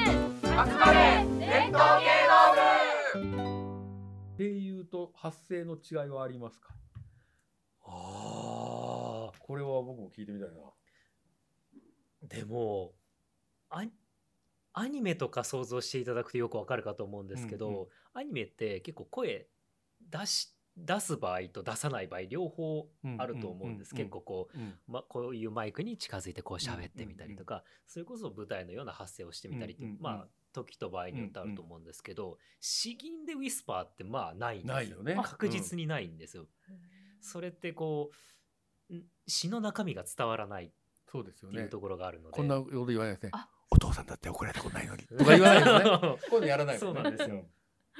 集まれ伝統芸能部声優と発声の違いはありますかああこれは僕も聞いてみたいなでもアニアニメとか想像していただくとよくわかるかと思うんですけど、うんうアニメって結構声出し出す場合と出さない場合両方あると思うんです、うんうんうんうん結構こうんう、ま、こういうマイクに近づいてこう喋ってみたりとか、それこそ舞台のような発声をしてみたりって、うんうんうんまあ時と場合によってあると思うんですけど、詩吟でウィスパーってまあないんですないよね確実にないんですよ、それってこうん詩の中身が伝わらないっそうですよていうねところがあるので、こんなこと言わないですねあお父さんだって 怒られたことないのにとか言わないですねこういうのやらないもねそうなんですよ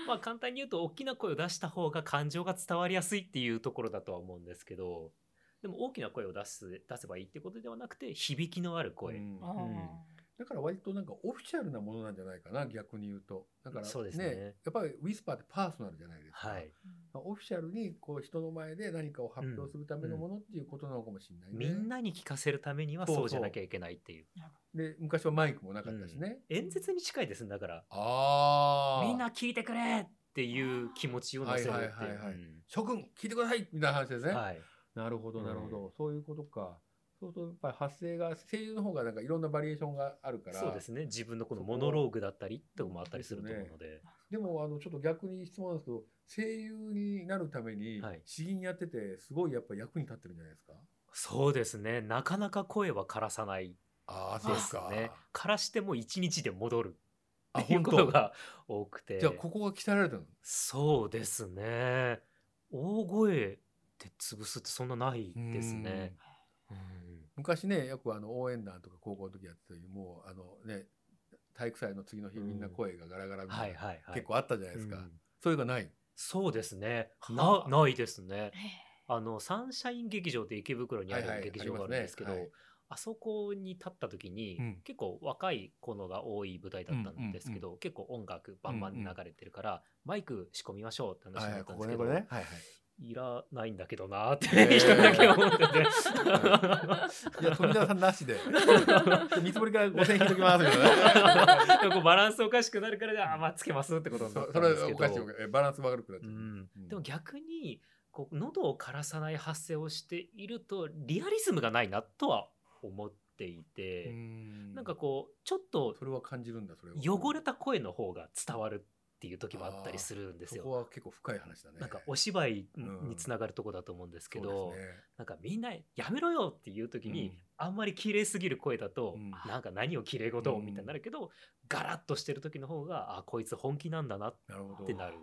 まあ簡単に言うと大きな声を出した方が感情が伝わりやすいっていうところだとは思うんですけどでも大きな声を出す出せばいいってことではなくて響きのあるう声、んあだから割となんかオフィシャルなものなんじゃないかな逆に言うとだからそうですねやっぱりウィスパーってパーソナルじゃないですか、はい、まあオフィシャルにこう人の前で何かを発表するためのものっていうことなのかもしれない、ねみんなに聞かせるためにはそうそうそうじゃなきゃいけないっていうで昔はマイクもなかったしね、演説に近いですねだからああみんな聞いてくれっていう気持ちを乗せるっていうはいはいはいはいうん諸君聞いてくださいみたいな話ですね、はいなるほどなるほど、そういうことかそうするとやっぱり発声が声優の方がなんかいろんなバリエーションがあるからそうですね自分のこのモノローグだったりってこともあったりすると思うのででもあのちょっと逆に質問なんですけど声優になるためにはい詩吟やっててすごいやっぱ役に立ってるんじゃないですか、そうですねなかなか声は枯らさないああそうですね枯らしても1日で戻るあってい本うこと当が多くてじゃあここが鍛えられたのそうですね大声で潰すってそんなないですねうん昔ねよくあの応援団とか高校の時やってた時もうあのね体育祭の次の日うんみんな声がガラガラみたはいいなはいはい結構あったじゃないですか、うんそれがないそうで すねはなないですねあのサンシャイン劇場って池袋にあはいはるい劇場があるんですけど、あありますねそこに立った時に、うん結構若い子のが多い舞台だったんですけど、結構音楽バンバン流れてるから、マイク仕込みましょうって話はいはにないったこんでこねすけど、これねはいはいいらないんだけどなーって、へー一人だけ思っ てて、いや富田さんなしで見積もりから5000引いときますみたいな でもこうバランスおかしくなるからじゃあまあつけますってことになそったそんれですはけおかしいどおかしいえバランス悪くなっちうゃう、んうんでも逆にこう喉を枯らさない発声をしているとリアリズムがないなとは思っていて、なんかこうちょっとそれは感じるんだそれを汚れた声の方が伝わるっていう時もあったりするんですそよ。こは結構深い話だねなんかお芝居うんにつながるとこだと思うんですけど、そうですねなんかみんなやめろよっていう時に、うんあんまり綺麗すぎる声だと、うんなんか何を綺麗事をうんみたいになるけど、ガラッとしてる時の方があこいつ本気なんだなっなるほてどなる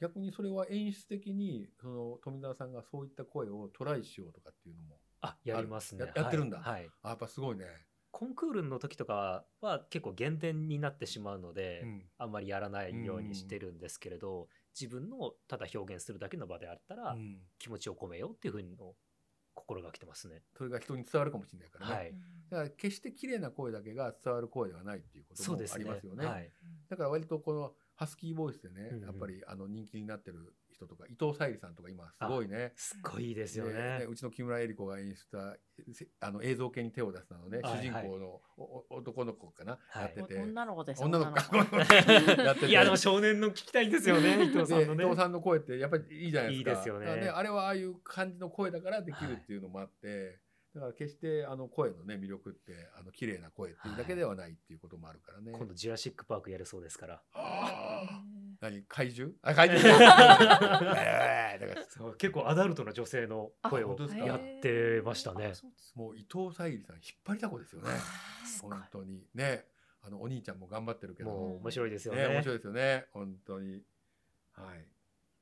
逆にそれは演出的にその富澤さんがそういった声をトライしようとかっていうのもあやりますねあるややってるんだはいはいあやっぱすごいね、コンクールの時とかは結構減点になってしまうので、うんあんまりやらないようにしてるんですけれど、自分のただ表現するだけの場であったら、うん気持ちを込めようっていうふうに心がけてますね。それが人に伝わるかもしれないからね、はい、だから決して綺麗な声だけが伝わる声ではないっていうことそうもですありね。ますよねはい、だから割とこのハスキーボイスでね、うんうんやっぱりあの人気になってる人とか伊藤沙莉さんとか今すごいねすっごいいいですよでねうちの木村恵理子が演出したせあの映像系に手を出すなのね、はい主人公のおお男の子かな、はいやってて女の子です女の子かやってていやでも少年の聞きたいんですよね伊藤さんのでね伊藤さんの声ってやっぱりいいじゃないですかいいですよねだからあれはああいう感じの声だからできるっていうのもあって、だから決してあの声のね魅力ってあの綺麗な声っていうだけではないっていうこともあるからね、今度ジュラシックパークやるそうですからあーうん何怪獣あ怪獣 えーだからそう結構アダルトな女性の声あを本当 ですかやってましたねあそうですもう伊藤沙莉さん引っ張りだこですよね すごい本当にねあのお兄ちゃんも頑張ってるけどもう面白いですよねね、面白いですよね、本当に。はい、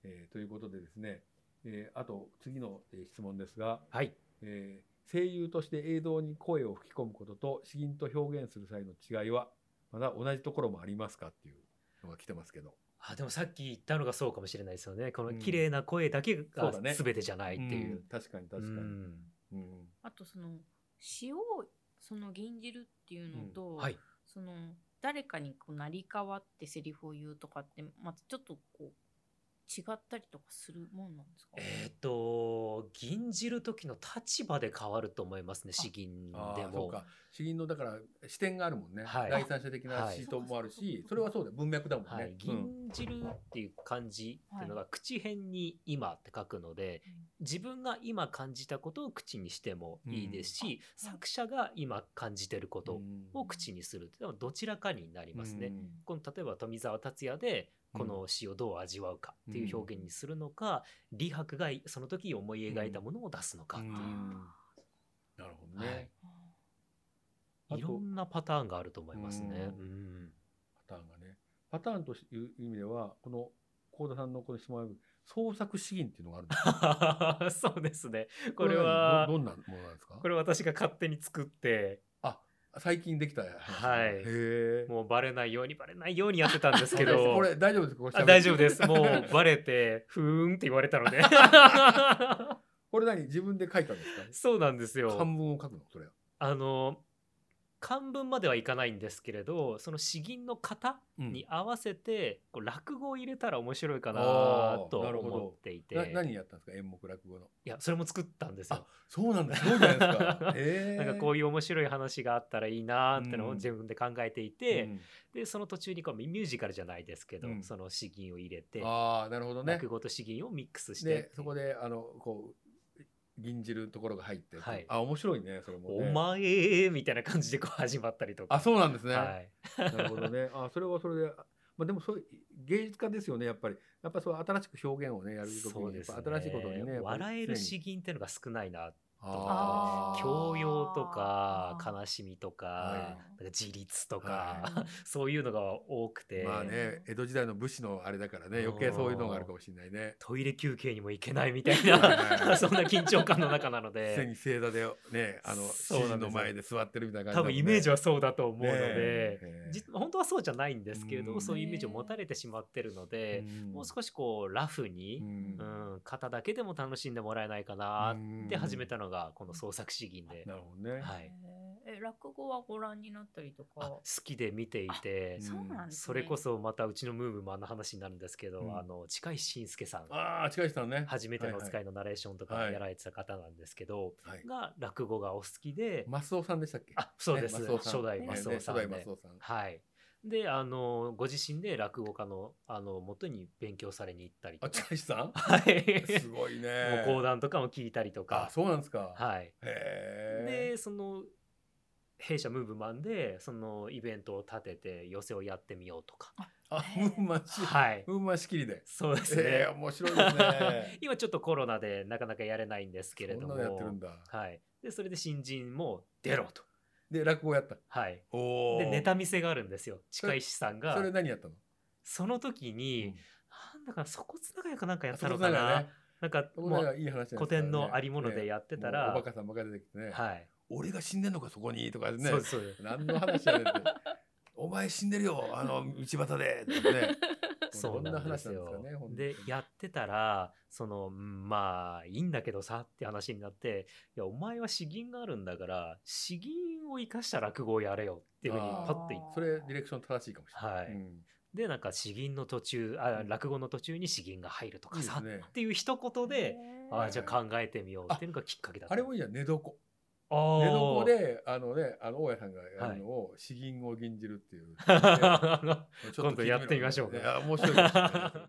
えーということでですね、えーあと次のえー質問ですが、はいえー声優として映像に声を吹き込むことと詩吟と表現する際の違いはまだ同じところもありますかっていうのが来てますけど、あでもさっき言ったのがそうかもしれないですよねこうんの綺麗な声だけそうがだね全てじゃないっていううん確かにう確かに、んうんあとその詩をその吟じるっていうのと、はいその誰かにこう成り代わってセリフを言うとかってまたちょっとこう違ったりとかするもんなんですかえっと銀じる時の立場で変わると思いますね詩吟あであそうもか詩吟のだから視点があるもんね、はい第三者的なはい詩ともあるしそれはそうだよ文脈だもんね、はい、うん銀じるっていう漢字っていうのが口辺に今って書くのでうん自分が今感じたことを口にしてもいいですし、うん作者が今感じてることうをん口にするっていうのはどちらかになりますね。うんこの例えば富澤達也でこの詩をどう味わうかっていう表現にするのか、李白がその時思い描いたものを出すのかっていう、うんなるほどね、はいああいろとんなパターンがあると思いますね。ううんパターンがねパターンという意味ではこの幸田さんのこの質問は創作詩吟っていうのがあるんですよ そうですね。 これはどどんなものなんですかこれ私が勝手に作って最近できた話はいへえもうバレないようにバレないようにやってたんですけそうです どこれ大丈夫ですかこれ喋っあて大丈夫ですもうバレてふーんって言われたので これ何自分で書いたん ですそうなんですか漢よ文を書くのそれは、あの漢文まではいかないんですけれどその詩吟の型に合わせてこう落語を入れたら面白いかなとあーなるほど思っていてな何やったんですか演目落語のいやそれも作ったんですよあそうなんだすごいじゃないで すかへえなんかこういう面白い話があったらいいなーってのうをん自分で考えていて、うんでその途中にこうミュージカルじゃないですけど、うんその詩吟を入れて、ああなるほどね落語と詩吟をミックスしてでそこであのこう銀じるところが入って、はいあ面白いねそれもおね前みたいな感じでこう始まったりとかあそうなんですね、はい なるほどねあそれはそれでまあでもそう芸術家ですよねやっぱりやっぱそう新しく表現をねやるときそうに、でやっすぱね新しいことにねやっぱり笑える常詩に吟っていうのが少ないなあーー教養とかあー悲しみとか,、はいなんか自立とか、はーそういうのが多くて、まあね江戸時代の武士のあれだからね余計そういうのがあるかもしれない ねトイレ休憩にも行けないみた いはいはないそんな緊張感の中なの常 でに正座でねあのそうな神んですよの前で座ってるみたいな感じだ多もんね、分イメージはそうだと思うので、ねじ本当はそうじゃないんですけれど、うんそういうイメージを持たれてしまってるので、もうし、少しこうラフに、うんうん肩だけでも楽しんでもらえないかなって始めたのがこの創作詩吟で、なるほどね、 はい、へーえ落語はご覧になったりとあか好きで見ていてあそうなんですねそれこそまたうちのムーブマンの話になるんですけど、うんあの近石信介さんああ近い人ね初めてのお使い、いのナレーションとはいかはいやられてた方なんですけど、はいはいが落語がお好きで、マスオさんでしたっけあそうです、ねマスオさん初代ねマスオさんねで、初代マスオ さんはい。で、あの、ご自身で落語家の、あの、元に勉強されに行ったりあとか。近いさん はい。すごいねもう講談とかも聞いたりとあか。そうなんですか、はい。へえで、その、弊社ムーブマンで、そのイベントを立てて、寄せをやってみようとか。あムーマンし、はい。ムーマン仕切りでそうですね。ええ面白いですね今ちょっとコロナでなかなかやれないんですけれそどんも。なのやってるんだはい。で、それで新人も出ろと。で落語やったはい。おおで、ネタ見せがあるんですよ。近石さんが。それ何やったの、その時に、うんなんだか鎖骨長屋かなんかやったそこのかなな、らねなんかそこなもうらいい話なんですからね古典のありものでやってたねら、もうおバカさんばかり出てきてね、はい、俺が死んでんのかそこにとかねそうですそうです何の話やねんって お前死んでるよあの道端でとかねそどうなんですんな話なよんですかね本当にでやってたらそのうんまあいいんだけどさって話になっていやお前は詩吟があるんだから詩吟を生かした落語をやれよっていうふうにあーパッと言ってそれディレクション正しいかもしれない、はいうんでなんか詩吟の途中あうん落語の途中に詩吟が入るといかいでさすねっていう一言へで、ーあーじゃあ考えてみようっていうのがきっかけだったあれもいいじゃん寝床あ寝ー床 であのねあの大家さんがやるのを 詩吟を吟じるっていうちょっと聞いてみろ今度やってみましょうかいや面白いかもしれない